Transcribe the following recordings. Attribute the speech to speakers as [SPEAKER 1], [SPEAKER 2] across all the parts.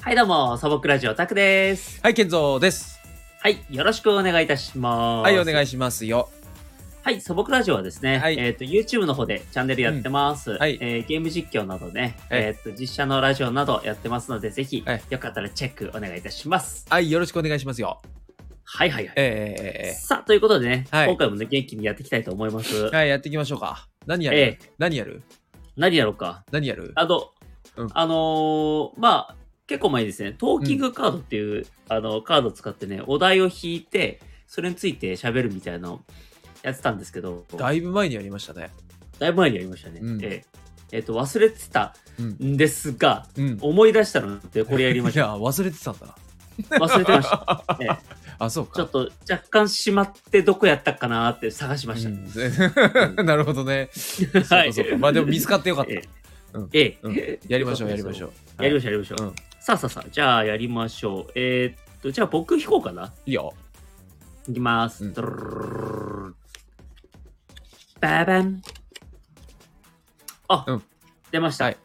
[SPEAKER 1] はい、どうも、素朴ラジオタクです。
[SPEAKER 2] はい、健三です。
[SPEAKER 1] はい、よろしくお願いいたします。
[SPEAKER 2] はい、お
[SPEAKER 1] い。
[SPEAKER 2] 願いしますよ。
[SPEAKER 1] はい、素朴ラジオはですね、
[SPEAKER 2] はい
[SPEAKER 1] えっ、と、YouTube の方でチャンネルやってます。
[SPEAKER 2] んはい
[SPEAKER 1] えーゲーム実況などね、
[SPEAKER 2] はい
[SPEAKER 1] えっ、と、実写のラジオなどやってますので、ぜひ、
[SPEAKER 2] はい
[SPEAKER 1] よかったらチェックお願いいたします。
[SPEAKER 2] はい、よろしくお願いしますよ。
[SPEAKER 1] はいはいはい。
[SPEAKER 2] え
[SPEAKER 1] さあ、ということでね、
[SPEAKER 2] はい
[SPEAKER 1] 今回もね、元気にやっていきたいと思います。
[SPEAKER 2] ー、はい、やっていきましょうか。何やる、
[SPEAKER 1] え
[SPEAKER 2] 何やる
[SPEAKER 1] 何やろうか。
[SPEAKER 2] 何やる
[SPEAKER 1] あの、
[SPEAKER 2] うん
[SPEAKER 1] あのーまあ、結構前にですね、トーキングカードっていう、あの、カードを使ってね、お題を引いて、それについて喋るみたいなのをやってたんですけど、
[SPEAKER 2] だいぶ前にやりましたね。
[SPEAKER 1] だいぶ前にやりましたね。
[SPEAKER 2] うん
[SPEAKER 1] えええっと、忘れてた
[SPEAKER 2] うん。
[SPEAKER 1] んですが、
[SPEAKER 2] うん。
[SPEAKER 1] 思い出したので、これやりまし
[SPEAKER 2] い
[SPEAKER 1] た。
[SPEAKER 2] や、忘れてたんだ。
[SPEAKER 1] 忘れてました。ええ
[SPEAKER 2] あ、そうか。
[SPEAKER 1] ちょっと若干しまってどこやったかなーって探しま した。
[SPEAKER 2] うん なるほどね。そう
[SPEAKER 1] は
[SPEAKER 2] かそうかまあでも見つかってよかった
[SPEAKER 1] え。
[SPEAKER 2] うん
[SPEAKER 1] ええ
[SPEAKER 2] うんやりましょう、やりましょ
[SPEAKER 1] う。
[SPEAKER 2] う。
[SPEAKER 1] やりま
[SPEAKER 2] し
[SPEAKER 1] しょう、やりましょう。
[SPEAKER 2] うん
[SPEAKER 1] さあさあさあ、じゃあやりましょう。えーっと、じゃあ僕引こうかな。
[SPEAKER 2] いいよ。
[SPEAKER 1] いきます。
[SPEAKER 2] うん
[SPEAKER 1] ドルルルルルルババン。あ、
[SPEAKER 2] うん
[SPEAKER 1] 出ました。
[SPEAKER 2] はい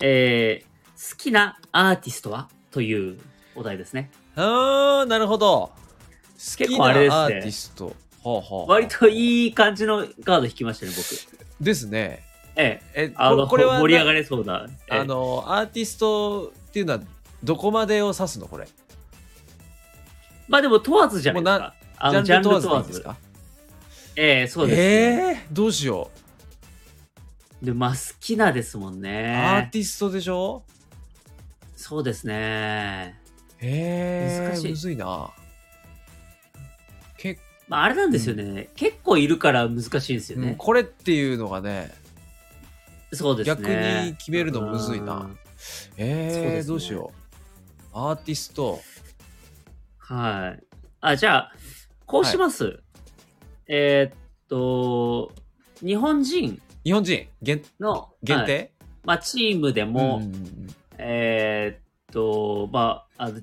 [SPEAKER 1] えー好きなアーティストはというお題ですね。
[SPEAKER 2] あー、なるほど。好
[SPEAKER 1] 結
[SPEAKER 2] き
[SPEAKER 1] 構
[SPEAKER 2] な
[SPEAKER 1] あ
[SPEAKER 2] ア
[SPEAKER 1] れですね
[SPEAKER 2] ーティスト。はあはあ
[SPEAKER 1] 割といい感じのカード引きましたね、僕。
[SPEAKER 2] ですね。
[SPEAKER 1] ええ。
[SPEAKER 2] え、
[SPEAKER 1] あの、
[SPEAKER 2] ここれは
[SPEAKER 1] 盛り上が
[SPEAKER 2] り
[SPEAKER 1] れそうだ。ええ
[SPEAKER 2] あの、アーティストっていうのはどこまでを指すのこれ。
[SPEAKER 1] まあでも問わずじゃないです
[SPEAKER 2] もう
[SPEAKER 1] か。あのジャンル問わ
[SPEAKER 2] でいい
[SPEAKER 1] ず。
[SPEAKER 2] か
[SPEAKER 1] ええ、そうです、ね
[SPEAKER 2] えー、どうしよう、
[SPEAKER 1] で、まあ好きなですもん
[SPEAKER 2] アー
[SPEAKER 1] ね。
[SPEAKER 2] ティストでしょ
[SPEAKER 1] そうですね。
[SPEAKER 2] えー、
[SPEAKER 1] 難しい
[SPEAKER 2] むずいな結
[SPEAKER 1] まああれなんですよね。結構いるから難しいんですよ
[SPEAKER 2] 構、
[SPEAKER 1] ね。
[SPEAKER 2] これっていうのがね
[SPEAKER 1] そうですね。
[SPEAKER 2] 逆に決めるのむずいな
[SPEAKER 1] うん。そう
[SPEAKER 2] え
[SPEAKER 1] で
[SPEAKER 2] ー
[SPEAKER 1] すね
[SPEAKER 2] どうしようアーティスト
[SPEAKER 1] はい。あ、じゃあ、こうします。えーっと、日本人
[SPEAKER 2] 日本人限
[SPEAKER 1] の
[SPEAKER 2] 限
[SPEAKER 1] はい
[SPEAKER 2] 定、
[SPEAKER 1] まあ、チームでも、
[SPEAKER 2] うんうんうん
[SPEAKER 1] えーっと、まあ、あの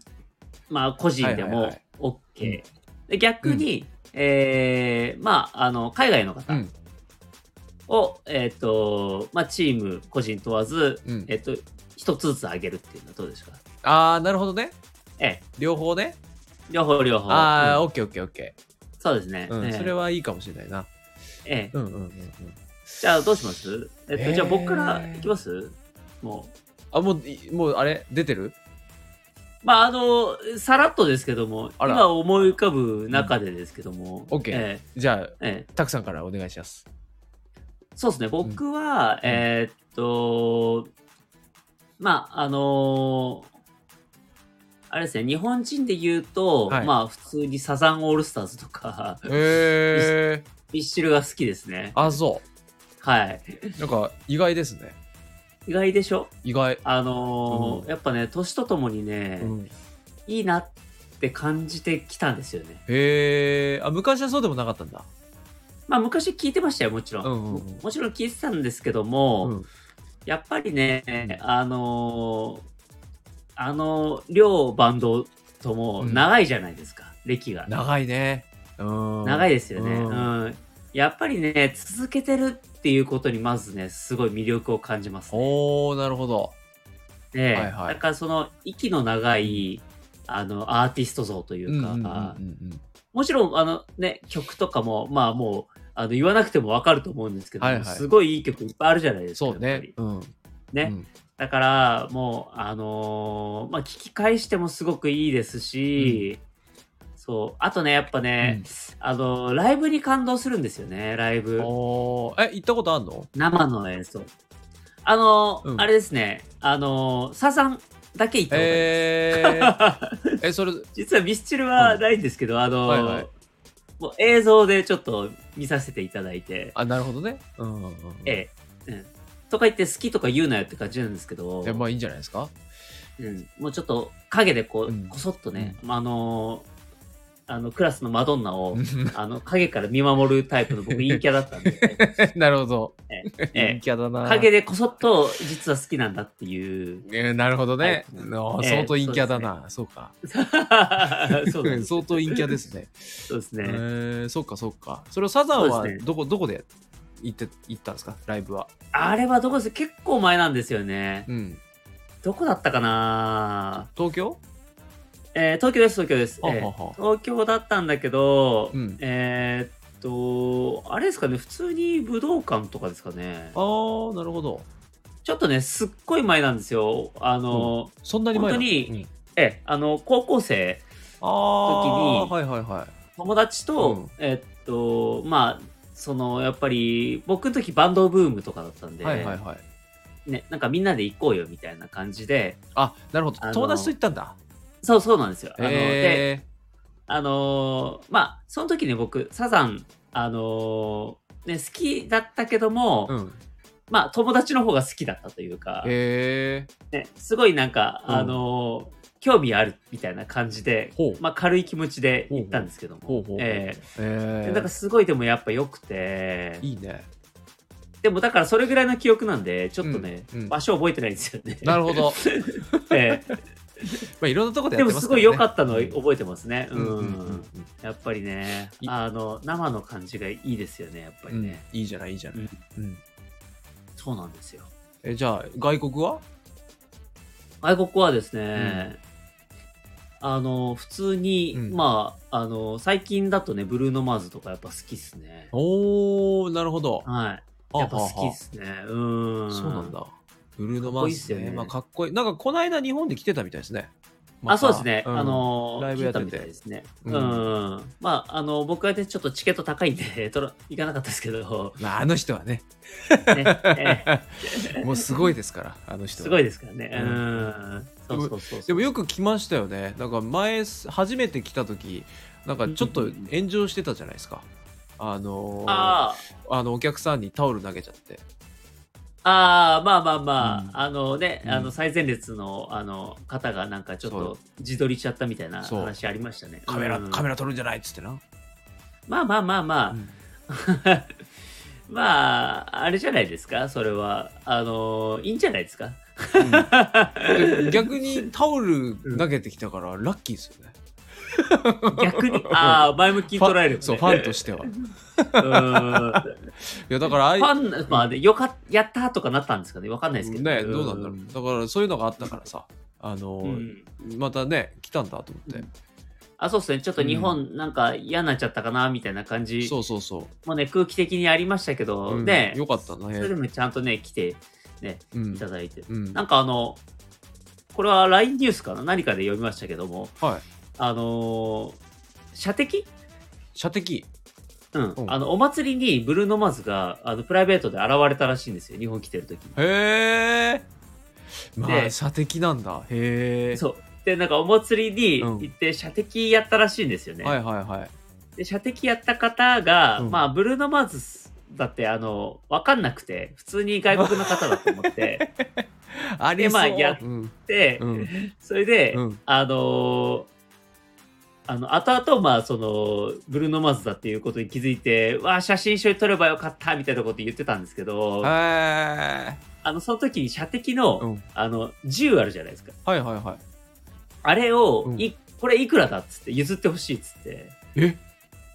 [SPEAKER 1] まあ、個人で
[SPEAKER 2] はい
[SPEAKER 1] も
[SPEAKER 2] はい
[SPEAKER 1] OK。で逆に、えーまあ、あの、海外の方
[SPEAKER 2] うん
[SPEAKER 1] を、えーっと、まあ、チーム、個人問わず、
[SPEAKER 2] うん
[SPEAKER 1] えーっと、一つずつ上げるっていうのはどうですか
[SPEAKER 2] ああなるほどね
[SPEAKER 1] ええ、
[SPEAKER 2] 両方ね
[SPEAKER 1] 両方両方。
[SPEAKER 2] ああ、
[SPEAKER 1] うん
[SPEAKER 2] オッケーオッケーオッケ
[SPEAKER 1] そうですね。
[SPEAKER 2] ー、うん
[SPEAKER 1] ええ
[SPEAKER 2] それはいいかもしれないな
[SPEAKER 1] ええ、
[SPEAKER 2] うんうんうんうん
[SPEAKER 1] じゃあどうしますえっと、
[SPEAKER 2] えー
[SPEAKER 1] じゃあ僕からいきますもう。
[SPEAKER 2] あもういもうあれ出てる
[SPEAKER 1] まああの、さらっとですけども、
[SPEAKER 2] あら
[SPEAKER 1] 今思い浮かぶ中でですけども。
[SPEAKER 2] うん OK
[SPEAKER 1] え
[SPEAKER 2] じゃ
[SPEAKER 1] えええ
[SPEAKER 2] あたくさんからお願いします
[SPEAKER 1] そうですね、僕は、えーっと、まああのーあれですね、日本人で言うと、
[SPEAKER 2] はい
[SPEAKER 1] まあ普通にサザンオールスターズと か、
[SPEAKER 2] へえー、
[SPEAKER 1] ミッシルが好きですね。
[SPEAKER 2] あそう
[SPEAKER 1] はい。
[SPEAKER 2] なんか意外ですね。
[SPEAKER 1] 意外でしょ
[SPEAKER 2] 意外。
[SPEAKER 1] あのー
[SPEAKER 2] うん
[SPEAKER 1] やっぱね、年とともにね、
[SPEAKER 2] うん、
[SPEAKER 1] いいなって感じてきたんですよね。
[SPEAKER 2] へえ。あ昔はそうでもなかったんだ。
[SPEAKER 1] まあ昔聞いてましたよ、もちろん。
[SPEAKER 2] うんうんうん
[SPEAKER 1] ももちろん聞いてたんですけども、
[SPEAKER 2] うん
[SPEAKER 1] やっぱりね、
[SPEAKER 2] ん
[SPEAKER 1] あのーあの両バンドとも
[SPEAKER 2] うん
[SPEAKER 1] 長いじゃないですか、歴が。
[SPEAKER 2] 長いね。うん。
[SPEAKER 1] 長い
[SPEAKER 2] い。
[SPEAKER 1] ですよね、う
[SPEAKER 2] うんん
[SPEAKER 1] やっぱりね、続けてるっていうことにまずね、すごい魅力を感じますね。
[SPEAKER 2] おおなるほど。
[SPEAKER 1] で、
[SPEAKER 2] はいはい
[SPEAKER 1] だからその息の長い、あの、アーティスト像というか、
[SPEAKER 2] うん
[SPEAKER 1] もちろん、あのね、曲とかも、まあもう、あの言わなくてもわかると思うんですけど、
[SPEAKER 2] はいはい
[SPEAKER 1] すごいいい曲いっぱいあるじゃないですか。
[SPEAKER 2] そう
[SPEAKER 1] やっぱ
[SPEAKER 2] ね
[SPEAKER 1] り。
[SPEAKER 2] うん。
[SPEAKER 1] ね
[SPEAKER 2] うん
[SPEAKER 1] だから、もう、あのーまあ、聞き返してもすごくいいですし、そう。あとね、やっぱね、あのーライブに感動するんですよね、ライブ。
[SPEAKER 2] おーえ行ったことあんの？
[SPEAKER 1] 生の演奏。あのー
[SPEAKER 2] うん
[SPEAKER 1] あれですね、あのーサザンだけ行ったことあり
[SPEAKER 2] え
[SPEAKER 1] ます
[SPEAKER 2] ー、えそれ
[SPEAKER 1] 実はミスチルはないんですけど、あの、
[SPEAKER 2] はいはい
[SPEAKER 1] もう映像でちょっと見させていただいて、
[SPEAKER 2] あなるほどね。うんうんうん。
[SPEAKER 1] ええ、うん。とか言って好きとか言うなよって感じなんですけど、
[SPEAKER 2] えまあいいんじゃないですか。
[SPEAKER 1] うん、もうちょっと影でこう、
[SPEAKER 2] うん
[SPEAKER 1] こそっとね、まああのあのクラスのマドンナを、
[SPEAKER 2] うん
[SPEAKER 1] あの影から見守るタイプの僕陰キャだったん で、
[SPEAKER 2] なるほど。
[SPEAKER 1] え
[SPEAKER 2] 陰
[SPEAKER 1] え、
[SPEAKER 2] キャだな。。
[SPEAKER 1] 影でこそっと実は好きなんだっていう
[SPEAKER 2] えーなるほどね。
[SPEAKER 1] はい
[SPEAKER 2] あー
[SPEAKER 1] えー
[SPEAKER 2] 相当陰キャだな。そうか。
[SPEAKER 1] そうなんです
[SPEAKER 2] 相当陰キャですね。
[SPEAKER 1] そうです
[SPEAKER 2] え
[SPEAKER 1] ね。
[SPEAKER 2] ーそっかそっか。それをサザン
[SPEAKER 1] そう
[SPEAKER 2] は
[SPEAKER 1] ですね
[SPEAKER 2] どこ、どこで行って行ったんですかライブは。
[SPEAKER 1] あれはどこです結構前なんですよね。
[SPEAKER 2] うん。
[SPEAKER 1] どこだったかな
[SPEAKER 2] 東京
[SPEAKER 1] えー東京です、東京です。
[SPEAKER 2] は
[SPEAKER 1] えー
[SPEAKER 2] はは
[SPEAKER 1] 東京だったんだけど、
[SPEAKER 2] うん
[SPEAKER 1] えーっと、あれですかね、普通に武道館とかですかね。
[SPEAKER 2] あーなるほど
[SPEAKER 1] ちょっとね、すっごい前なんですよ。あの、
[SPEAKER 2] そんなに前なの
[SPEAKER 1] 本当に
[SPEAKER 2] うん
[SPEAKER 1] ええ、あの、高校生、
[SPEAKER 2] あー
[SPEAKER 1] 時に
[SPEAKER 2] はいはいはい
[SPEAKER 1] 友達と、
[SPEAKER 2] うん
[SPEAKER 1] えっと、まあ、その、やっぱり、僕の時バンドブームとかだったんで、
[SPEAKER 2] はいはいはい
[SPEAKER 1] ね、なんかみんなで行こうよみたいな感じで、
[SPEAKER 2] あなるほど
[SPEAKER 1] あの
[SPEAKER 2] 友達と行ったんだ
[SPEAKER 1] そうそうなんですよ。あの、で、
[SPEAKER 2] へ
[SPEAKER 1] あのーまあ、その時ね、僕、サザン、あのーね、好きだったけども、
[SPEAKER 2] えうん
[SPEAKER 1] まあ、友達の方が好きだったというか、
[SPEAKER 2] へえ
[SPEAKER 1] ね、すごいなんか、
[SPEAKER 2] うん
[SPEAKER 1] あのー興味あるみたいな感じで、
[SPEAKER 2] ほう
[SPEAKER 1] まあ、軽い気持ちで行ったんですけども、
[SPEAKER 2] ほうほうほう
[SPEAKER 1] ええ
[SPEAKER 2] え
[SPEAKER 1] でなんかすごいでもやっぱ良くて、
[SPEAKER 2] いいね
[SPEAKER 1] でもだからそれぐらいの記憶なんで、ちょっとね、
[SPEAKER 2] うんうん
[SPEAKER 1] 場所覚えてないんですよね。
[SPEAKER 2] なるほど
[SPEAKER 1] ええ
[SPEAKER 2] まあいろんなとこで
[SPEAKER 1] で
[SPEAKER 2] や
[SPEAKER 1] も
[SPEAKER 2] ってますす
[SPEAKER 1] ご
[SPEAKER 2] ら
[SPEAKER 1] い
[SPEAKER 2] ね
[SPEAKER 1] 良かったのを覚えてますね。
[SPEAKER 2] うんうんう
[SPEAKER 1] うん
[SPEAKER 2] うん
[SPEAKER 1] んやっぱりね、
[SPEAKER 2] い
[SPEAKER 1] あの、生の感じがいいですよね、やっぱり
[SPEAKER 2] うん
[SPEAKER 1] ね。
[SPEAKER 2] いいじゃないいいじゃないうん
[SPEAKER 1] そうなんですよ。
[SPEAKER 2] えじゃあ外国は
[SPEAKER 1] 外国はですね、あの、普通に、
[SPEAKER 2] うん
[SPEAKER 1] まあ、あの、最近だとね、ブルーノ・マーズとかやっぱ好きっすね。
[SPEAKER 2] おーなるほど
[SPEAKER 1] はい。やっぱ好きっすね。うん。
[SPEAKER 2] そうなんだ。ブルー
[SPEAKER 1] か
[SPEAKER 2] ノ・
[SPEAKER 1] っ
[SPEAKER 2] マ
[SPEAKER 1] こい
[SPEAKER 2] ー
[SPEAKER 1] いっ
[SPEAKER 2] ズ
[SPEAKER 1] すよね
[SPEAKER 2] ね。まあかっこいい。なんかこの間日本で来てたみたいですね。また
[SPEAKER 1] あ、そうですね。
[SPEAKER 2] うん
[SPEAKER 1] あの、
[SPEAKER 2] ライブやってて
[SPEAKER 1] 聞いたみたいですね。
[SPEAKER 2] う
[SPEAKER 1] うんん。まあ、あの、僕はね、ちょっとチケット高いんで、 とら行かなかったです けど、
[SPEAKER 2] まああの人はね、
[SPEAKER 1] ね。え
[SPEAKER 2] もうすごいですから、あの人は。
[SPEAKER 1] すごいですからね。
[SPEAKER 2] う
[SPEAKER 1] うんん。そうそうそうそう。
[SPEAKER 2] でもよく来ましたよね。なんか前、初めて来た時なんかちょっと炎上してたじゃないですか。あのーあ
[SPEAKER 1] あ
[SPEAKER 2] のお客さんにタオル投げちゃって。
[SPEAKER 1] あ、ああ、まあまあまあ、
[SPEAKER 2] うん
[SPEAKER 1] あのね、
[SPEAKER 2] うん
[SPEAKER 1] あの最前列のあの方がなんかちょっと自撮りしちゃったみたいな
[SPEAKER 2] そう
[SPEAKER 1] 話ありましたね。
[SPEAKER 2] カメラ、
[SPEAKER 1] うん
[SPEAKER 2] カメラ撮るんじゃないっつってな。
[SPEAKER 1] まあまあまあまあ、
[SPEAKER 2] うん
[SPEAKER 1] まあ、あれじゃないですか、それは。あの、いいんじゃないです か。
[SPEAKER 2] で逆にタオル投げてきたからラッキーですよね。
[SPEAKER 1] 逆に、ああ、前向きに捉える、ね。
[SPEAKER 2] そう、ファンとしては。い
[SPEAKER 1] うん
[SPEAKER 2] や、だからああい
[SPEAKER 1] ファン、まあね、よかっやったーとかなったんですかね、わかんないですけど。
[SPEAKER 2] ねどうなんだろう、だからそういうのがあったからさあの、
[SPEAKER 1] うんうん
[SPEAKER 2] またね来たんだと思って、
[SPEAKER 1] あそうですね、ちょっと日本なんか嫌になっちゃったかなみたいな感じ
[SPEAKER 2] そうそうそ
[SPEAKER 1] もうね、空気的にありましたけ
[SPEAKER 2] う、
[SPEAKER 1] ど、
[SPEAKER 2] うん
[SPEAKER 1] ね、
[SPEAKER 2] よかったね
[SPEAKER 1] それでもちゃんとね、来てね、
[SPEAKER 2] うん
[SPEAKER 1] いただいて。
[SPEAKER 2] うん
[SPEAKER 1] なんかあの、これは LINE ニュースかな何かで読みましたけども、
[SPEAKER 2] はい
[SPEAKER 1] あのー射的
[SPEAKER 2] 射的
[SPEAKER 1] うん、
[SPEAKER 2] うん
[SPEAKER 1] あのお祭りにブルーノ・マーズがあのプライベートで現れたらしいんですよ日本来てる時に、
[SPEAKER 2] へえまあ
[SPEAKER 1] で
[SPEAKER 2] 射的なんだへえ
[SPEAKER 1] そうでなんかお祭りに
[SPEAKER 2] うん
[SPEAKER 1] 行って射的やったらしいんですよね、
[SPEAKER 2] はいはいはい
[SPEAKER 1] で射的やった方が、
[SPEAKER 2] うん
[SPEAKER 1] まあブルーノ・マーズだってあの分かんなくて普通に外国の方だと思って
[SPEAKER 2] ありそう、
[SPEAKER 1] まあやっ
[SPEAKER 2] うん
[SPEAKER 1] で、
[SPEAKER 2] うん
[SPEAKER 1] それで、
[SPEAKER 2] うん
[SPEAKER 1] あのーあの後々まあそのブルーノ・マーズだっていうことに気づいてわあ写真一緒に撮ればよかったみたいなこと言ってたんですけど、
[SPEAKER 2] へえ
[SPEAKER 1] あのその時に射的の、
[SPEAKER 2] うん
[SPEAKER 1] あの銃あるじゃないですか
[SPEAKER 2] はいはいはい
[SPEAKER 1] あれを
[SPEAKER 2] うん
[SPEAKER 1] い、これいくらだっつって譲ってほしいっつって
[SPEAKER 2] え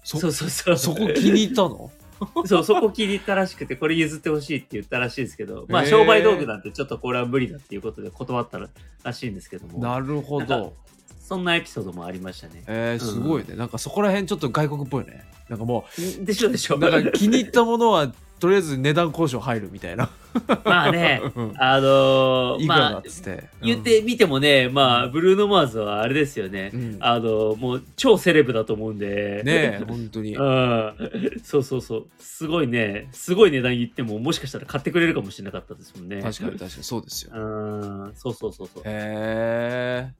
[SPEAKER 2] そ
[SPEAKER 1] そうそうそう
[SPEAKER 2] そこ気に入ったの
[SPEAKER 1] そうそこ気に入ったらしくてこれ譲ってほしいって言ったらしいですけどまあ
[SPEAKER 2] へー
[SPEAKER 1] 商売道具なんてちょっとこれは無理だっていうことで断ったららしいんですけども
[SPEAKER 2] なるほ
[SPEAKER 1] なん
[SPEAKER 2] ど
[SPEAKER 1] そんなエピソードもありました ね
[SPEAKER 2] えー、すごいね、なんかそこら辺ちょっと外国っぽいねなんかも
[SPEAKER 1] でしょでしょ
[SPEAKER 2] うなんか気に入ったものはとりあえず値段交渉入るみたいな
[SPEAKER 1] まあ ね
[SPEAKER 2] うん
[SPEAKER 1] あのー
[SPEAKER 2] いくら
[SPEAKER 1] ま
[SPEAKER 2] だ
[SPEAKER 1] あ
[SPEAKER 2] っつって、
[SPEAKER 1] 言ってみてもねまあブルーノ・マーズはあれですよね
[SPEAKER 2] うん、うん
[SPEAKER 1] あのーもう超セレブだと思うんで
[SPEAKER 2] ねえ本当に
[SPEAKER 1] うん そうそうそうすごいねすごい値段言ってももしかしたら買ってくれるかもしれなかったですもんね
[SPEAKER 2] 確かに確かにそうですよ
[SPEAKER 1] うんそうそうそうそう
[SPEAKER 2] へえ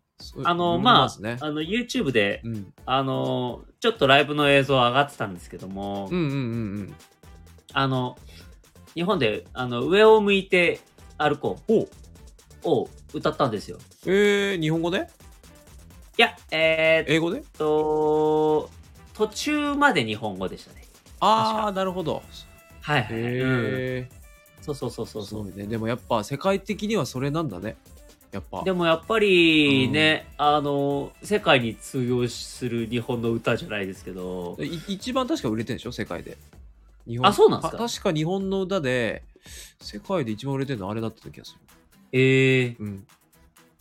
[SPEAKER 1] あのまあ
[SPEAKER 2] すね
[SPEAKER 1] あの YouTube で
[SPEAKER 2] うん、うん
[SPEAKER 1] あのちょっとライブの映像上がってたんですけども、
[SPEAKER 2] うんうん
[SPEAKER 1] あの日本であの上を向いて歩こうを歌ったんですよ
[SPEAKER 2] うんえー、日本語で
[SPEAKER 1] いやえーっ
[SPEAKER 2] 英語で
[SPEAKER 1] と途中まで日本語でしたね
[SPEAKER 2] ああなるほど
[SPEAKER 1] はいはい、はいうん
[SPEAKER 2] へえ
[SPEAKER 1] そうそうそうそう
[SPEAKER 2] す
[SPEAKER 1] そう
[SPEAKER 2] ごいねでもやっぱ世界的にはそれなんだねやっぱ
[SPEAKER 1] でもやっぱりね、あの世界に通用する日本の歌じゃないですけど
[SPEAKER 2] い一番確か売れてるんでしょ世界で日
[SPEAKER 1] あそうなんですか
[SPEAKER 2] た確か日本の歌で世界で一番売れてるのあれだった気がす
[SPEAKER 1] えー、
[SPEAKER 2] る、うん、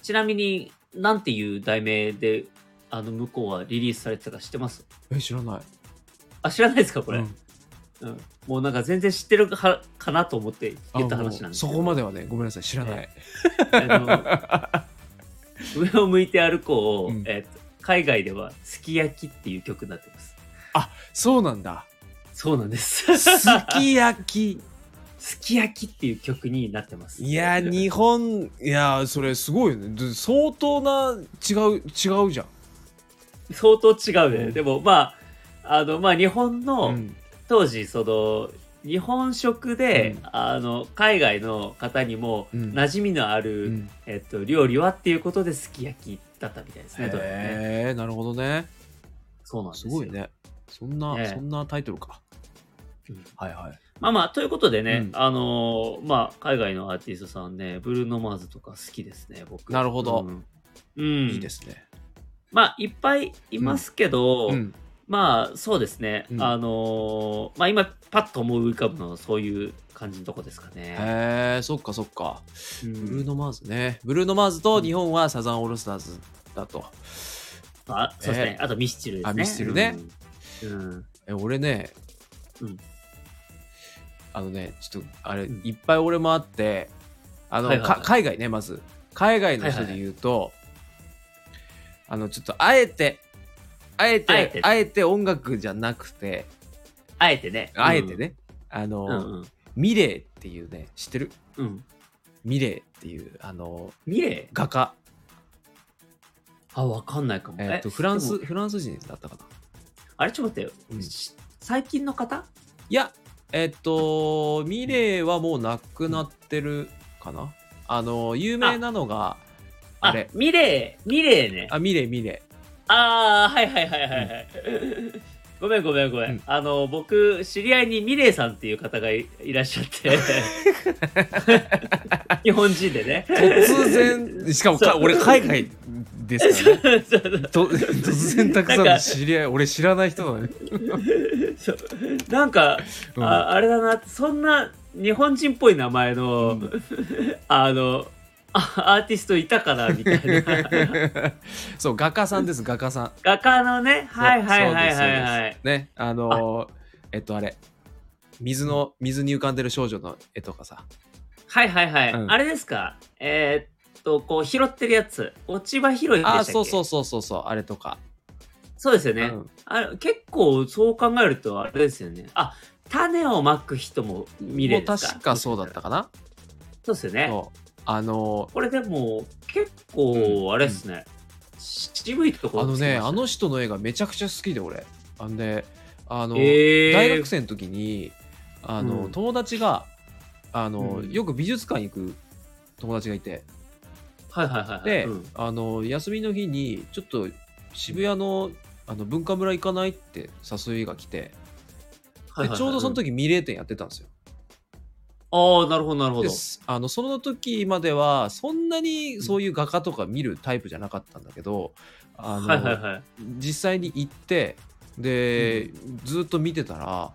[SPEAKER 1] ちなみに、なんていう題名で、あの、向こうはリリースされてたか知ってます
[SPEAKER 2] え知らない
[SPEAKER 1] あ、知らないですかこれ。
[SPEAKER 2] う
[SPEAKER 1] うんん。もうなんか全然知ってるかかなと思って言った話なんです
[SPEAKER 2] あ
[SPEAKER 1] けど
[SPEAKER 2] もうそこまではねごめんなさい知らない、
[SPEAKER 1] あの上を向いて歩こうを、
[SPEAKER 2] うん
[SPEAKER 1] えっと海外では「すき焼き」っていう曲になってます
[SPEAKER 2] そうなんだ
[SPEAKER 1] そうなんです
[SPEAKER 2] すき焼き
[SPEAKER 1] すき焼きっていう曲になってます
[SPEAKER 2] いや日本いやそれすごいよねで相当な違う違うじゃん、
[SPEAKER 1] 相当違うね、
[SPEAKER 2] うん
[SPEAKER 1] でもまああのまあ日本の、
[SPEAKER 2] うん
[SPEAKER 1] 当時その日本食で、
[SPEAKER 2] うん
[SPEAKER 1] あの海外の方にも
[SPEAKER 2] うん
[SPEAKER 1] 馴染みのある、
[SPEAKER 2] うん
[SPEAKER 1] えっと、料理はっていうことですき焼きだったみたいですねどうやらね
[SPEAKER 2] へえなるほどね
[SPEAKER 1] そうなんです
[SPEAKER 2] す
[SPEAKER 1] よ
[SPEAKER 2] ごいねそんな、
[SPEAKER 1] ね
[SPEAKER 2] そんなタイトルか
[SPEAKER 1] うん
[SPEAKER 2] はいはい
[SPEAKER 1] まあまあ、ということでね、
[SPEAKER 2] うん
[SPEAKER 1] あのーまあ、海外のアーティストさんね、ブルーノマーズとか好きですね、僕。
[SPEAKER 2] なるほど
[SPEAKER 1] うん。うん
[SPEAKER 2] いいですね。
[SPEAKER 1] まあ、いっぱいいますけど、
[SPEAKER 2] うん、
[SPEAKER 1] まあ、そうですね、
[SPEAKER 2] うん
[SPEAKER 1] あのーまあ、今、パッと思い浮かぶのは、そういう感じのとこですかね。
[SPEAKER 2] へえ、そっかそっか。
[SPEAKER 1] う
[SPEAKER 2] ブルー
[SPEAKER 1] ん
[SPEAKER 2] ノ・マーズね。ブルーノ・マーズと日本はサザンオールスターズだと。
[SPEAKER 1] あ、そうですね、あとミスチルですね。
[SPEAKER 2] あミスチルね
[SPEAKER 1] うん。うん
[SPEAKER 2] え、俺ね、
[SPEAKER 1] うん
[SPEAKER 2] あのね、ちょっとあれ、
[SPEAKER 1] うん
[SPEAKER 2] いっぱい俺もあって、あの、
[SPEAKER 1] はいはいはい
[SPEAKER 2] か海外ね、まず。海外の人で言うと、あの、ちょっとあえて、あえて、あ
[SPEAKER 1] あ
[SPEAKER 2] え
[SPEAKER 1] え
[SPEAKER 2] て
[SPEAKER 1] て
[SPEAKER 2] 音楽じゃなくて、
[SPEAKER 1] あえてね。
[SPEAKER 2] あえてね、あの、
[SPEAKER 1] うん。うんうん。
[SPEAKER 2] ミレーっていうね、知ってる
[SPEAKER 1] うん。
[SPEAKER 2] ミレーっていう、あの、
[SPEAKER 1] ミレー
[SPEAKER 2] 画家。
[SPEAKER 1] あ、わかんないかも。
[SPEAKER 2] えっと、フランス、
[SPEAKER 1] でも
[SPEAKER 2] フランス人だったかな。
[SPEAKER 1] あれ、ちょっと待ってよ。
[SPEAKER 2] うん
[SPEAKER 1] し最近の方
[SPEAKER 2] いや、えっと、ミレーはもうなくなってるかな。あの、有名なのが、あれ、
[SPEAKER 1] ミレー、ミレーね。
[SPEAKER 2] あ、ミレー、ミレ
[SPEAKER 1] ああ、はいはいはいはいはい。ごめんごめんごめん。
[SPEAKER 2] うん
[SPEAKER 1] あの、僕、知り合いにミレイさんっていう方がいいらっしゃ って。日本人で ね。
[SPEAKER 2] ー。突 然、しかもか
[SPEAKER 1] そう
[SPEAKER 2] 俺、海外で すからね。
[SPEAKER 1] そうそう
[SPEAKER 2] と突然たくさん
[SPEAKER 1] な
[SPEAKER 2] の
[SPEAKER 1] んか
[SPEAKER 2] 知り合い、俺知らない人だね。
[SPEAKER 1] そうなんか、
[SPEAKER 2] うん
[SPEAKER 1] あ、あれだな、そんな日本人っぽい名前の、
[SPEAKER 2] うん
[SPEAKER 1] あの、あアーティストいたかなみたいな。
[SPEAKER 2] そう、画家さんです、画家さん。
[SPEAKER 1] 画家のね、はいはいはいはい
[SPEAKER 2] そう
[SPEAKER 1] は
[SPEAKER 2] で
[SPEAKER 1] い
[SPEAKER 2] す。ね、あのー、えっと、あれ、水の、水に浮かんでる少女の絵とかさ。
[SPEAKER 1] はいはいはい。
[SPEAKER 2] うん
[SPEAKER 1] あれですかえーっと、こう、拾ってるやつ。落ち葉拾いでしたっけ
[SPEAKER 2] あ、そうそうそうそうそう、あれとか。
[SPEAKER 1] そうですよね。
[SPEAKER 2] うん
[SPEAKER 1] あれ結構そう考えるとあれですよね。あ種をまく人も見れる
[SPEAKER 2] もう確かそうだったかな。
[SPEAKER 1] そうですよね。
[SPEAKER 2] そうあの
[SPEAKER 1] これでも結構あれですね。渋いとこ
[SPEAKER 2] あ
[SPEAKER 1] ろ
[SPEAKER 2] の
[SPEAKER 1] つきまし
[SPEAKER 2] ね
[SPEAKER 1] た
[SPEAKER 2] あの人の絵がめちゃくちゃ好きで俺あのねあの、
[SPEAKER 1] えー、
[SPEAKER 2] 大学生の時にあの、
[SPEAKER 1] うん
[SPEAKER 2] 友達があの、
[SPEAKER 1] うん
[SPEAKER 2] よく美術館行く友達がいて
[SPEAKER 1] はいはいはいはい。
[SPEAKER 2] で、
[SPEAKER 1] うん
[SPEAKER 2] あの休みの日にちょっと渋谷のあの文化村行かないって誘いが来て
[SPEAKER 1] はいはいはい
[SPEAKER 2] でちょうどその時ミレー展やってたんですよ。
[SPEAKER 1] ああ、なるほどなるほ
[SPEAKER 2] で
[SPEAKER 1] ど。
[SPEAKER 2] すあのその時まではそんなにそういう画家とか見るタイプじゃなかったんだけどあの、
[SPEAKER 1] はいはいはい。
[SPEAKER 2] 実際に行ってで、ずっと見てたら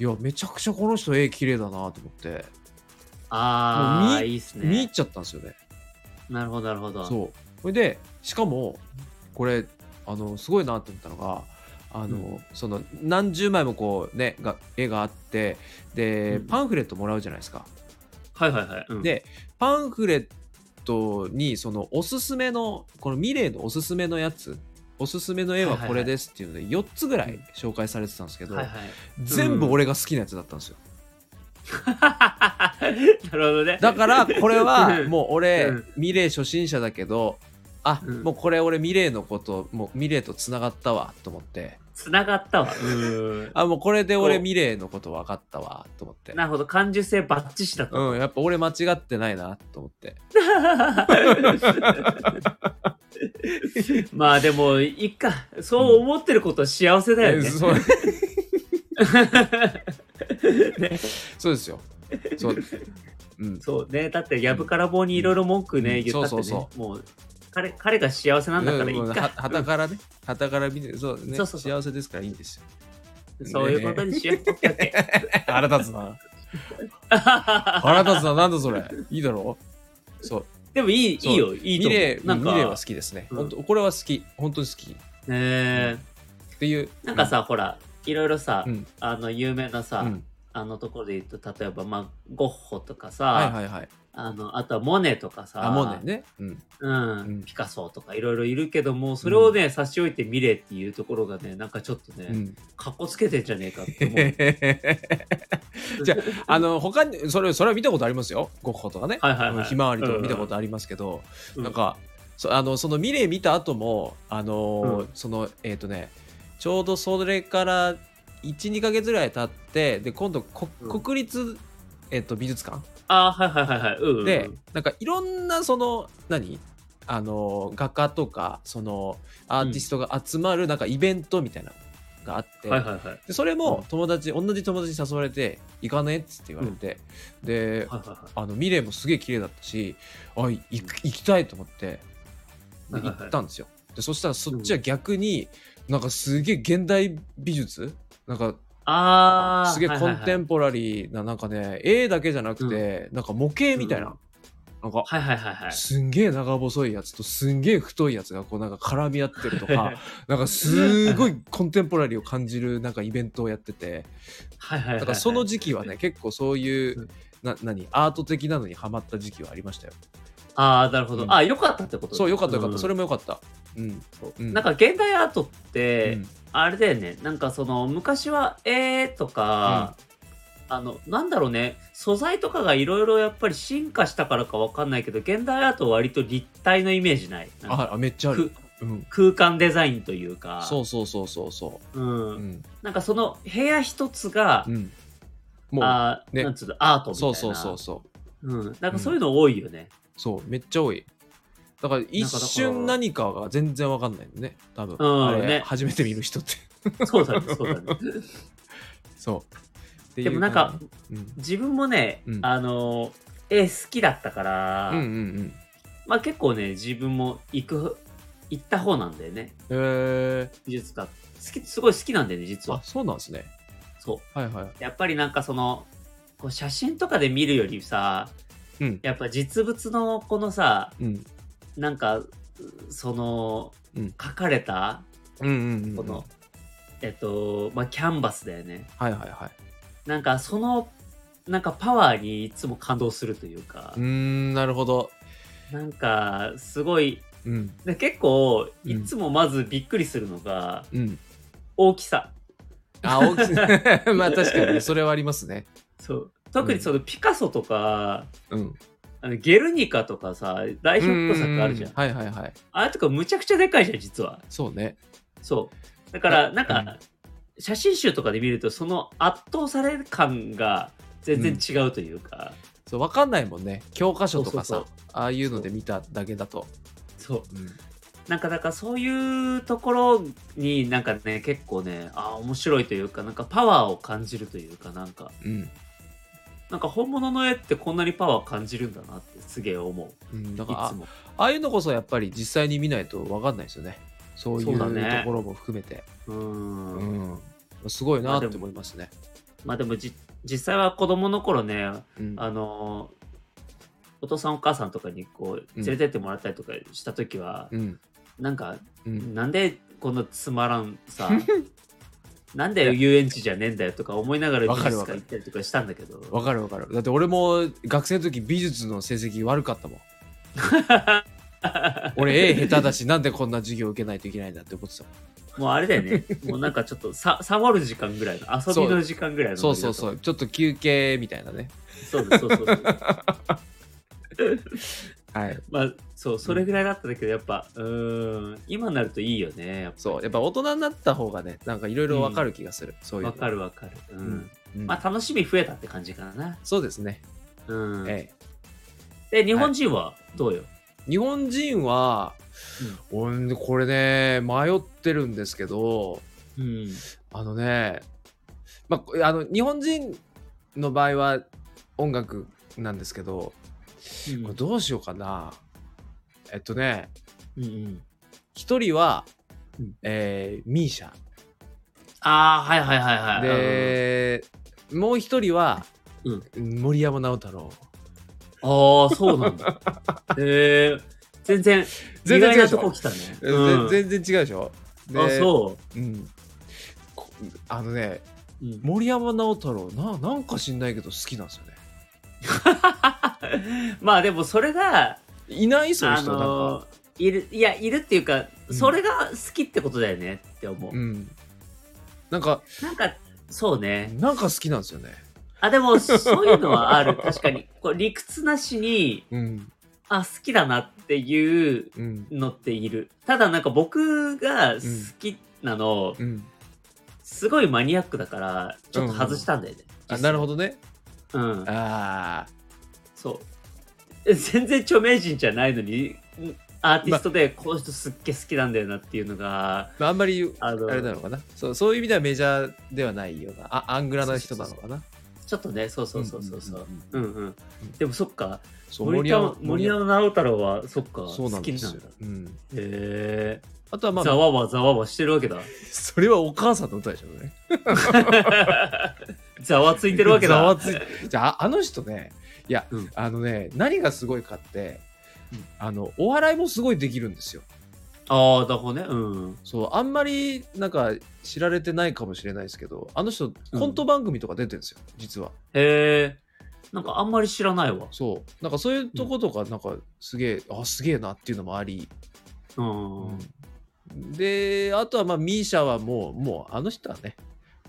[SPEAKER 2] いやめちゃくちゃこの人絵綺麗だなと思って
[SPEAKER 1] あ
[SPEAKER 2] も
[SPEAKER 1] あ、
[SPEAKER 2] う見
[SPEAKER 1] いいです
[SPEAKER 2] 見入
[SPEAKER 1] ね
[SPEAKER 2] っ。ちゃったんですよね。
[SPEAKER 1] なるほどなるほど。
[SPEAKER 2] そうそれでしかもこれあのすごいなと思ったのがあの、
[SPEAKER 1] う
[SPEAKER 2] その何十枚もこうねが絵があってで、
[SPEAKER 1] うん
[SPEAKER 2] パンフレットもらうじゃないですか。
[SPEAKER 1] はいはいはい。うん、
[SPEAKER 2] でパンフレットにそのおすすめのこのミレーのおすすめのやつおすすめの絵はこれですっていうので4つぐらい紹介されてたんですけど、
[SPEAKER 1] はいはい。
[SPEAKER 2] 全部俺が好きなやつだったんですよ、
[SPEAKER 1] なるほどね。
[SPEAKER 2] だからこれはもう俺、
[SPEAKER 1] うん
[SPEAKER 2] ミレー初心者だけどあ、
[SPEAKER 1] うん
[SPEAKER 2] もうこれ俺ミレーのこともうミレーとつながったわと思って
[SPEAKER 1] つながったわ。うん。
[SPEAKER 2] あもうこれで俺
[SPEAKER 1] そう
[SPEAKER 2] ミレーのこと分かったわと思って
[SPEAKER 1] なるほど。感受性バッチしたと。
[SPEAKER 2] うんやっぱ俺間違ってないなと思って
[SPEAKER 1] まあでもいっかそう思ってることは幸せだよね
[SPEAKER 2] え。そうそうですよそうう ん
[SPEAKER 1] そうねだってやぶから棒にいろいろ文句
[SPEAKER 2] う
[SPEAKER 1] ね
[SPEAKER 2] ん
[SPEAKER 1] 言ったって
[SPEAKER 2] そうそう
[SPEAKER 1] ねもう彼彼が幸せなんだからい
[SPEAKER 2] うん
[SPEAKER 1] い
[SPEAKER 2] は
[SPEAKER 1] か
[SPEAKER 2] はたからね、はたから見て、そうね
[SPEAKER 1] そうそうそう
[SPEAKER 2] 幸せですからいいん ですよ。
[SPEAKER 1] そういうことにし よう。オッケーオッケ
[SPEAKER 2] 腹立つな。
[SPEAKER 1] ー
[SPEAKER 2] 腹立つな、なんだそれ。いいだろうそう。
[SPEAKER 1] でもいい、
[SPEAKER 2] そう
[SPEAKER 1] いいよ、いい
[SPEAKER 2] ミ
[SPEAKER 1] と思
[SPEAKER 2] レ
[SPEAKER 1] う。
[SPEAKER 2] ー
[SPEAKER 1] な
[SPEAKER 2] ミ
[SPEAKER 1] ん
[SPEAKER 2] レ
[SPEAKER 1] か、
[SPEAKER 2] ーは好きですね、
[SPEAKER 1] うん
[SPEAKER 2] 本当これは好き本当に好きっ
[SPEAKER 1] ね
[SPEAKER 2] ていう
[SPEAKER 1] えなんかさ、ほら、いろいろさ、
[SPEAKER 2] うん
[SPEAKER 1] あの、有名なさ、
[SPEAKER 2] うん
[SPEAKER 1] あのところで言うと、例えば、まあ、ゴッホとかさ、
[SPEAKER 2] はいはいはい
[SPEAKER 1] あの、あとはモネとかさ、
[SPEAKER 2] あもうねね、うん、
[SPEAKER 1] うん、
[SPEAKER 2] うん
[SPEAKER 1] ピカソとかいろいろいるけども、それをね、差し置いてミレーっていうところがね、なんかちょっとね、
[SPEAKER 2] うん
[SPEAKER 1] かっこつけてんじゃねえかって 思う。
[SPEAKER 2] じゃああの他にそれそれは見たことありますよゴッホとかね、
[SPEAKER 1] はいはいはい。
[SPEAKER 2] ひまわりとか見たこ
[SPEAKER 1] あ
[SPEAKER 2] とありますけど、
[SPEAKER 1] る
[SPEAKER 2] なん、かそあのそのミレー見た後もあの、
[SPEAKER 1] うん
[SPEAKER 2] そのえっ、とねちょうどそれから12か月ぐらい経ってで今度こ
[SPEAKER 1] うん
[SPEAKER 2] 国立、えっと美術館
[SPEAKER 1] ああ、はいはいはいはい。うん、うん。
[SPEAKER 2] で、なんかいろんなその何あの画家とかそのアーティストが集まるなんかイベントみたいなのがあって、
[SPEAKER 1] はいはいはい。
[SPEAKER 2] でそれ
[SPEAKER 1] うん
[SPEAKER 2] も友達、同じ友達に誘われて「行かね?」っつって言われて、で
[SPEAKER 1] はいはいはい
[SPEAKER 2] あのミレーもすげえ綺麗だったしあい行く行きたいと思って
[SPEAKER 1] は
[SPEAKER 2] で
[SPEAKER 1] いはい
[SPEAKER 2] 行
[SPEAKER 1] はい
[SPEAKER 2] ったんですよ。でそしたらそっちは逆に、なんかすげえ現代美術なんか
[SPEAKER 1] ああ、
[SPEAKER 2] すげえコンテ
[SPEAKER 1] ン
[SPEAKER 2] ンポラリーななんかね絵だけじゃなくて、なんか模型みたいな、
[SPEAKER 1] うん
[SPEAKER 2] なんか
[SPEAKER 1] はいはいはいはい。
[SPEAKER 2] すんげえ長細いやつとすんげえ太いやつがこうなんか絡み合ってると かなんかすごいコンテンポラリーを感じるなんかイベントをやってて
[SPEAKER 1] はいはいはいはい。
[SPEAKER 2] だからその時期はね結構そういううんな何アート的なのにハマった時期はありましたよ
[SPEAKER 1] ああ、なるほど。
[SPEAKER 2] うん
[SPEAKER 1] ああ、よかったってこと
[SPEAKER 2] そうよかったよかった、
[SPEAKER 1] うん
[SPEAKER 2] それもよかったうん、
[SPEAKER 1] そう
[SPEAKER 2] うん
[SPEAKER 1] なんか現代アートって、
[SPEAKER 2] うん
[SPEAKER 1] あれだよね、なんかその昔はえーとか、あの、なんだろうね、素材とかがいろいろやっぱり進化したからかわかんないけど、現代アートは割と立体のイメージない。なんか
[SPEAKER 2] ああめっちゃある、うん、
[SPEAKER 1] 空間デザインというか、、
[SPEAKER 2] そうそうそうそうそうううんん、
[SPEAKER 1] なんかその部屋一つが
[SPEAKER 2] う、ん、もう
[SPEAKER 1] あー
[SPEAKER 2] ね
[SPEAKER 1] なんつうの、アートみたい
[SPEAKER 2] そう
[SPEAKER 1] な。
[SPEAKER 2] そうそうそう
[SPEAKER 1] うん、なんかそういうの多いよね。
[SPEAKER 2] そうめっちゃ多いだから一瞬
[SPEAKER 1] な
[SPEAKER 2] 何かが全然わかんないのね多分、
[SPEAKER 1] うん
[SPEAKER 2] あれ
[SPEAKER 1] ね
[SPEAKER 2] 初めて見る人って
[SPEAKER 1] そうだね、 そうだね。
[SPEAKER 2] そうっていう
[SPEAKER 1] でもなんか、
[SPEAKER 2] 感じ、うん、
[SPEAKER 1] 自分もね、
[SPEAKER 2] うん
[SPEAKER 1] あの、絵好きだったから、
[SPEAKER 2] うんうんうん
[SPEAKER 1] まあ結構ね、自分も行く、行った方なんだよね。
[SPEAKER 2] へえ
[SPEAKER 1] 美術館。好き、すごい好きなんだよね、実
[SPEAKER 2] あ
[SPEAKER 1] は。
[SPEAKER 2] そうなんですね
[SPEAKER 1] そう。
[SPEAKER 2] はいはい
[SPEAKER 1] やっぱりなんかその、こう写真とかで見るよりさ、
[SPEAKER 2] うん
[SPEAKER 1] やっぱ実物のこのさ、
[SPEAKER 2] うん
[SPEAKER 1] なんか、うその、
[SPEAKER 2] うん
[SPEAKER 1] 書かれた、
[SPEAKER 2] うんうんうん
[SPEAKER 1] この、えっと、まあキャンバスだよね。
[SPEAKER 2] はいはいはい
[SPEAKER 1] なんかその、なんかパワーにいつも感動するというか
[SPEAKER 2] うー、んなるほど
[SPEAKER 1] なんかすごい、
[SPEAKER 2] うん
[SPEAKER 1] で結構
[SPEAKER 2] うん
[SPEAKER 1] いつもまずびっくりするのが
[SPEAKER 2] うん
[SPEAKER 1] 大きさ、
[SPEAKER 2] あ大きい まあ確かにそれはありますね
[SPEAKER 1] そう特にそのピカソとか、
[SPEAKER 2] うん
[SPEAKER 1] あのゲルニカとかさ代表作あるじゃん
[SPEAKER 2] うはいはいはい
[SPEAKER 1] あれとかむちゃくちゃでかいじゃん実は
[SPEAKER 2] そうね
[SPEAKER 1] そうだから
[SPEAKER 2] あ
[SPEAKER 1] なんか、写真集とかで見るとその圧倒される感が全然違うというか、
[SPEAKER 2] そうわかんないもんね教科書とかさ
[SPEAKER 1] そうそう
[SPEAKER 2] ああいうので見ただけだと
[SPEAKER 1] そう
[SPEAKER 2] うん
[SPEAKER 1] なんかだからそういうところになんかね結構ねあー面白いというかなんかパワーを感じるというかなんか
[SPEAKER 2] うん
[SPEAKER 1] なんか本物の絵ってこんなにパワー感じるんだなってすげえ思う
[SPEAKER 2] うん、だ
[SPEAKER 1] い
[SPEAKER 2] からあ
[SPEAKER 1] つも
[SPEAKER 2] ああいうのこそやっぱり実際に見ないと分かんないですよね。そういう
[SPEAKER 1] そうだ
[SPEAKER 2] と
[SPEAKER 1] ね
[SPEAKER 2] ころも含めて。
[SPEAKER 1] うーん
[SPEAKER 2] うんすごいなって思いますね。
[SPEAKER 1] まあでもじ実際は子供の頃ね
[SPEAKER 2] うん
[SPEAKER 1] あのーお父さんお母さんとかにこう
[SPEAKER 2] うん
[SPEAKER 1] 連れてってもらったりとかした時は、
[SPEAKER 2] うん
[SPEAKER 1] なんか
[SPEAKER 2] うん
[SPEAKER 1] なんでこんなつまらん さなんで遊園地じゃねえんだよとか思いながら
[SPEAKER 2] わか
[SPEAKER 1] 美
[SPEAKER 2] る
[SPEAKER 1] 術
[SPEAKER 2] わか
[SPEAKER 1] 館
[SPEAKER 2] る
[SPEAKER 1] 行ったりとかしたんだけど
[SPEAKER 2] わかるわかる。だって俺も学生の時美術の成績悪かった もん。 俺絵下手だし、なんでこんな授業受けないといけないんだって思ってたもん。
[SPEAKER 1] もうあれだよねもうなんかちょっと さ触る時間ぐらいの遊びの時間ぐらいの
[SPEAKER 2] そうそう
[SPEAKER 1] う
[SPEAKER 2] そう。ちょっと休憩みたいなね。
[SPEAKER 1] そうそうそうそう
[SPEAKER 2] はい。
[SPEAKER 1] まあそうそれぐらいだったんだけどやっぱうーん今になるといいよねやっぱ
[SPEAKER 2] そう。やっぱ大人になった方がね、なんかいろいろわかる気がする。そういうの。
[SPEAKER 1] わかるわかるうん、
[SPEAKER 2] うん。うん
[SPEAKER 1] まあ楽しみ増えたって感じかな
[SPEAKER 2] そうですね。
[SPEAKER 1] うん
[SPEAKER 2] ええ。
[SPEAKER 1] で日本人はどうよ、
[SPEAKER 2] 日本人は、俺これね、迷ってるんですけど、
[SPEAKER 1] うん
[SPEAKER 2] あのね、まあこ、あの日本人の場合は音楽なんですけど、これどうしようかな。えっとね、
[SPEAKER 1] うんうん
[SPEAKER 2] 一人は、
[SPEAKER 1] うん
[SPEAKER 2] えー、ミーシャ。
[SPEAKER 1] ああはいはいはいはい
[SPEAKER 2] で、もう一人は、
[SPEAKER 1] うん
[SPEAKER 2] 森山直太朗。
[SPEAKER 1] ああ、そうなん だ。ええ全然、
[SPEAKER 2] 全
[SPEAKER 1] 意
[SPEAKER 2] 然違
[SPEAKER 1] 外
[SPEAKER 2] う
[SPEAKER 1] な
[SPEAKER 2] でし
[SPEAKER 1] とこ
[SPEAKER 2] ょ
[SPEAKER 1] 来たね。
[SPEAKER 2] 全全然違うでしょ、
[SPEAKER 1] うんあ、そう
[SPEAKER 2] うん、こあのね
[SPEAKER 1] う。うん
[SPEAKER 2] 森山直太朗ななんか知んないけど好きなんですよね
[SPEAKER 1] まあでもそれが、
[SPEAKER 2] いないそういう
[SPEAKER 1] あ
[SPEAKER 2] 人なんか、
[SPEAKER 1] のいる、いや、いるっていうか、
[SPEAKER 2] うん
[SPEAKER 1] それが好きってことだよねって思う。
[SPEAKER 2] うんなんか
[SPEAKER 1] なんか、そうね。
[SPEAKER 2] なんか好きなんですよね
[SPEAKER 1] あ、でも、そういうのはある。確かに。こう理屈なしに、
[SPEAKER 2] うん
[SPEAKER 1] あ、好きだなっていう
[SPEAKER 2] うん
[SPEAKER 1] のっている。ただなんか僕が好きなの、
[SPEAKER 2] うん
[SPEAKER 1] すごいマニアックだから、ちょっと外したんだよね。
[SPEAKER 2] あなるほどね
[SPEAKER 1] ど。うん。
[SPEAKER 2] あ
[SPEAKER 1] そう。え全然著名人じゃないのに、んアーティストでこの人すっげえ好きなんだよなっていうのが、
[SPEAKER 2] ーまああんまり
[SPEAKER 1] あの
[SPEAKER 2] あれなのかなそうそういう意味ではメジャーではないようなあアングラな人なのかな
[SPEAKER 1] ちょっとね、そうそうそうそうそう。
[SPEAKER 2] う
[SPEAKER 1] うんん
[SPEAKER 2] うんうんうん
[SPEAKER 1] うん。でもそっか、
[SPEAKER 2] そう
[SPEAKER 1] 森
[SPEAKER 2] 森
[SPEAKER 1] 山
[SPEAKER 2] 山
[SPEAKER 1] 森山直太朗は、そっか、
[SPEAKER 2] そうなんですよ
[SPEAKER 1] 好きなんだ。
[SPEAKER 2] うん
[SPEAKER 1] へえ。
[SPEAKER 2] あとはま
[SPEAKER 1] ざ
[SPEAKER 2] あ
[SPEAKER 1] わわざわわしてるわ けだ。
[SPEAKER 2] それはお母さんの歌でしょうね
[SPEAKER 1] ざわついてるわけだ。
[SPEAKER 2] ざわついじゃああの人ねいや、
[SPEAKER 1] うん
[SPEAKER 2] あのね何がすごいかって、
[SPEAKER 1] うん
[SPEAKER 2] あのお笑いもすごいできるんですよ
[SPEAKER 1] ああ、だほね。うん。
[SPEAKER 2] そうあんまりなんか知られてないかもしれないですけどあの人コント番組とか出てるんですよ、実は
[SPEAKER 1] へえ。なんかあんまり知らないわ。
[SPEAKER 2] そうなんかそういうとことかなんかすげえ、あすげえなっていうのもあり、
[SPEAKER 1] うん。
[SPEAKER 2] であとはまあミーシャはもうもうあの人はね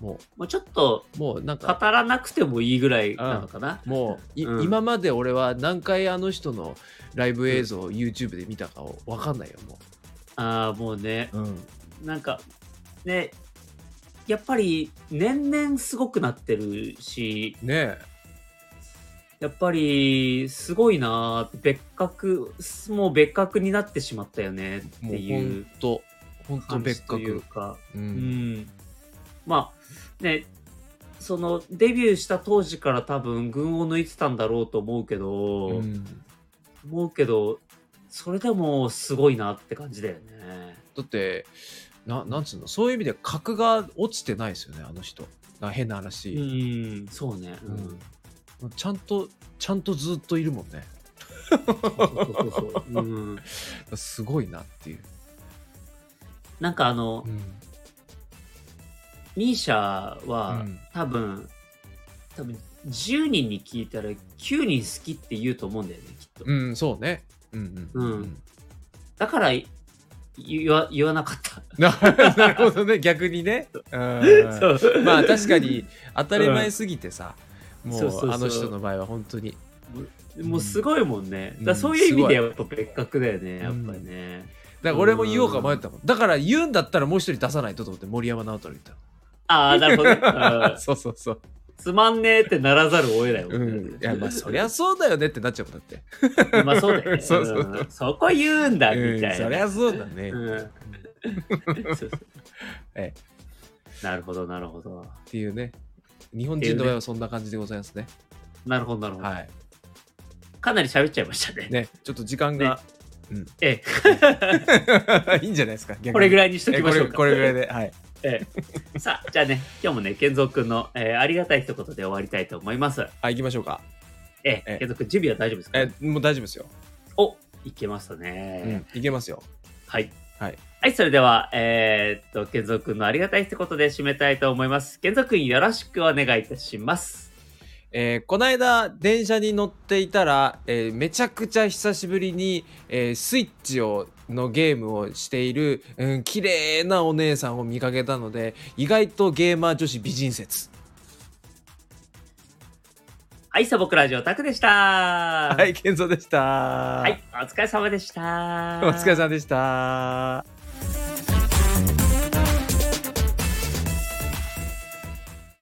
[SPEAKER 2] も
[SPEAKER 1] まあ、ちょっと
[SPEAKER 2] うもうなん
[SPEAKER 1] 語
[SPEAKER 2] から
[SPEAKER 1] なくてもいいぐらいなのかな。
[SPEAKER 2] もうい、
[SPEAKER 1] うん
[SPEAKER 2] 今まで俺は何回あの人のライブ映像を YouTube で見たかを分かんないよもう
[SPEAKER 1] ああ、もうね、
[SPEAKER 2] うん、
[SPEAKER 1] なんか、ね、やっぱり年々すごくなってるし、
[SPEAKER 2] ね
[SPEAKER 1] やっぱりすごいなー別格、もう別格になってしまったよねっ
[SPEAKER 2] えも
[SPEAKER 1] て
[SPEAKER 2] うほん
[SPEAKER 1] いう
[SPEAKER 2] とほんと
[SPEAKER 1] 感じ
[SPEAKER 2] 別
[SPEAKER 1] という
[SPEAKER 2] 格、
[SPEAKER 1] か、
[SPEAKER 2] う
[SPEAKER 1] うんん。まあ、ね、そのデビューした当時から多分群を抜いてたんだろうと思うけど、
[SPEAKER 2] うん
[SPEAKER 1] 思うけど、それでもすごいなって感じだよね。
[SPEAKER 2] だってななんつうのそういう意味で格が落ちてないですよねあの人な変な
[SPEAKER 1] う
[SPEAKER 2] 話、
[SPEAKER 1] ん、そうね。うん
[SPEAKER 2] うんちゃんとちゃんとずっといるもんね
[SPEAKER 1] そうそうそうそう。うん。
[SPEAKER 2] すごいなっていう、
[SPEAKER 1] なんかあの
[SPEAKER 2] う、ん
[SPEAKER 1] ミーシャは、
[SPEAKER 2] うん
[SPEAKER 1] 多分、多分10人に聞いたら9人好きって言うと思うんだよね、きっと。
[SPEAKER 2] うんそうねうんうん
[SPEAKER 1] うんだから、い言わ言わなかった。
[SPEAKER 2] なるほどね逆にね、うん
[SPEAKER 1] そう
[SPEAKER 2] まあ確かに当たり前すぎてさ、もう
[SPEAKER 1] そうそうそう
[SPEAKER 2] あの人の場合は本当に
[SPEAKER 1] もうすごいもんね。
[SPEAKER 2] う
[SPEAKER 1] だ
[SPEAKER 2] ん
[SPEAKER 1] からそういう意味でやっぱ別格だよね、やっぱりね。
[SPEAKER 2] だから俺も言おうか迷ったもんだから言うんだったらもう一人出さないとと思って森山直太朗言ったの
[SPEAKER 1] ああ、なるほどね。うん
[SPEAKER 2] そうそうそう。
[SPEAKER 1] つまんねえってならざるを得ないも
[SPEAKER 2] うんん
[SPEAKER 1] ね。。
[SPEAKER 2] いや、まあ、そりゃそうだよねってなっちゃうもんだっ て。
[SPEAKER 1] まあそうだよね。
[SPEAKER 2] そうそう
[SPEAKER 1] うんそこ言うんだ、み
[SPEAKER 2] うん
[SPEAKER 1] たいな。
[SPEAKER 2] そりゃそうだね。
[SPEAKER 1] うん
[SPEAKER 2] っ
[SPEAKER 1] そうそう
[SPEAKER 2] え
[SPEAKER 1] なるほど、なるほど。
[SPEAKER 2] ていうね。日本人の場合はそんな感じでございますね。
[SPEAKER 1] なるほど、なるほど。
[SPEAKER 2] はい。
[SPEAKER 1] かなり喋っちゃいましたね。
[SPEAKER 2] ね、ちょっと時間が。
[SPEAKER 1] え
[SPEAKER 2] いいんじゃないですか、逆
[SPEAKER 1] え、
[SPEAKER 2] に
[SPEAKER 1] これぐらいにしと
[SPEAKER 2] え
[SPEAKER 1] き
[SPEAKER 2] こ
[SPEAKER 1] ましょ
[SPEAKER 2] れ
[SPEAKER 1] うか。
[SPEAKER 2] これぐらいで。はい。
[SPEAKER 1] ええさあ、じゃあね、今日もね、健三くんの、えーありがたい一言で終わりたいと思います。
[SPEAKER 2] はい、行きましょうか。
[SPEAKER 1] え
[SPEAKER 2] え
[SPEAKER 1] え
[SPEAKER 2] え、
[SPEAKER 1] 健三くん、準備は大丈夫ですか、
[SPEAKER 2] え、もう大丈夫ですよ。
[SPEAKER 1] おいけました
[SPEAKER 2] う
[SPEAKER 1] ね
[SPEAKER 2] ん。、いけますよ。
[SPEAKER 1] はい。
[SPEAKER 2] はい。
[SPEAKER 1] はい、それでは、えーっと、健三くんのありがたい一言で締めたいと思います。健三くん、よろしくお願いいたします。
[SPEAKER 2] えーこの間電車に乗っていたら、えーめちゃくちゃ久しぶりに、えースイッチをのゲームをしている、うん、綺麗なお姉さんを見かけたので意外とゲーマー女子美人説
[SPEAKER 1] はい、サボクラジオタクでした。は
[SPEAKER 2] はい健三でした、
[SPEAKER 1] はい、お疲れ様でした。
[SPEAKER 2] お疲れ様でした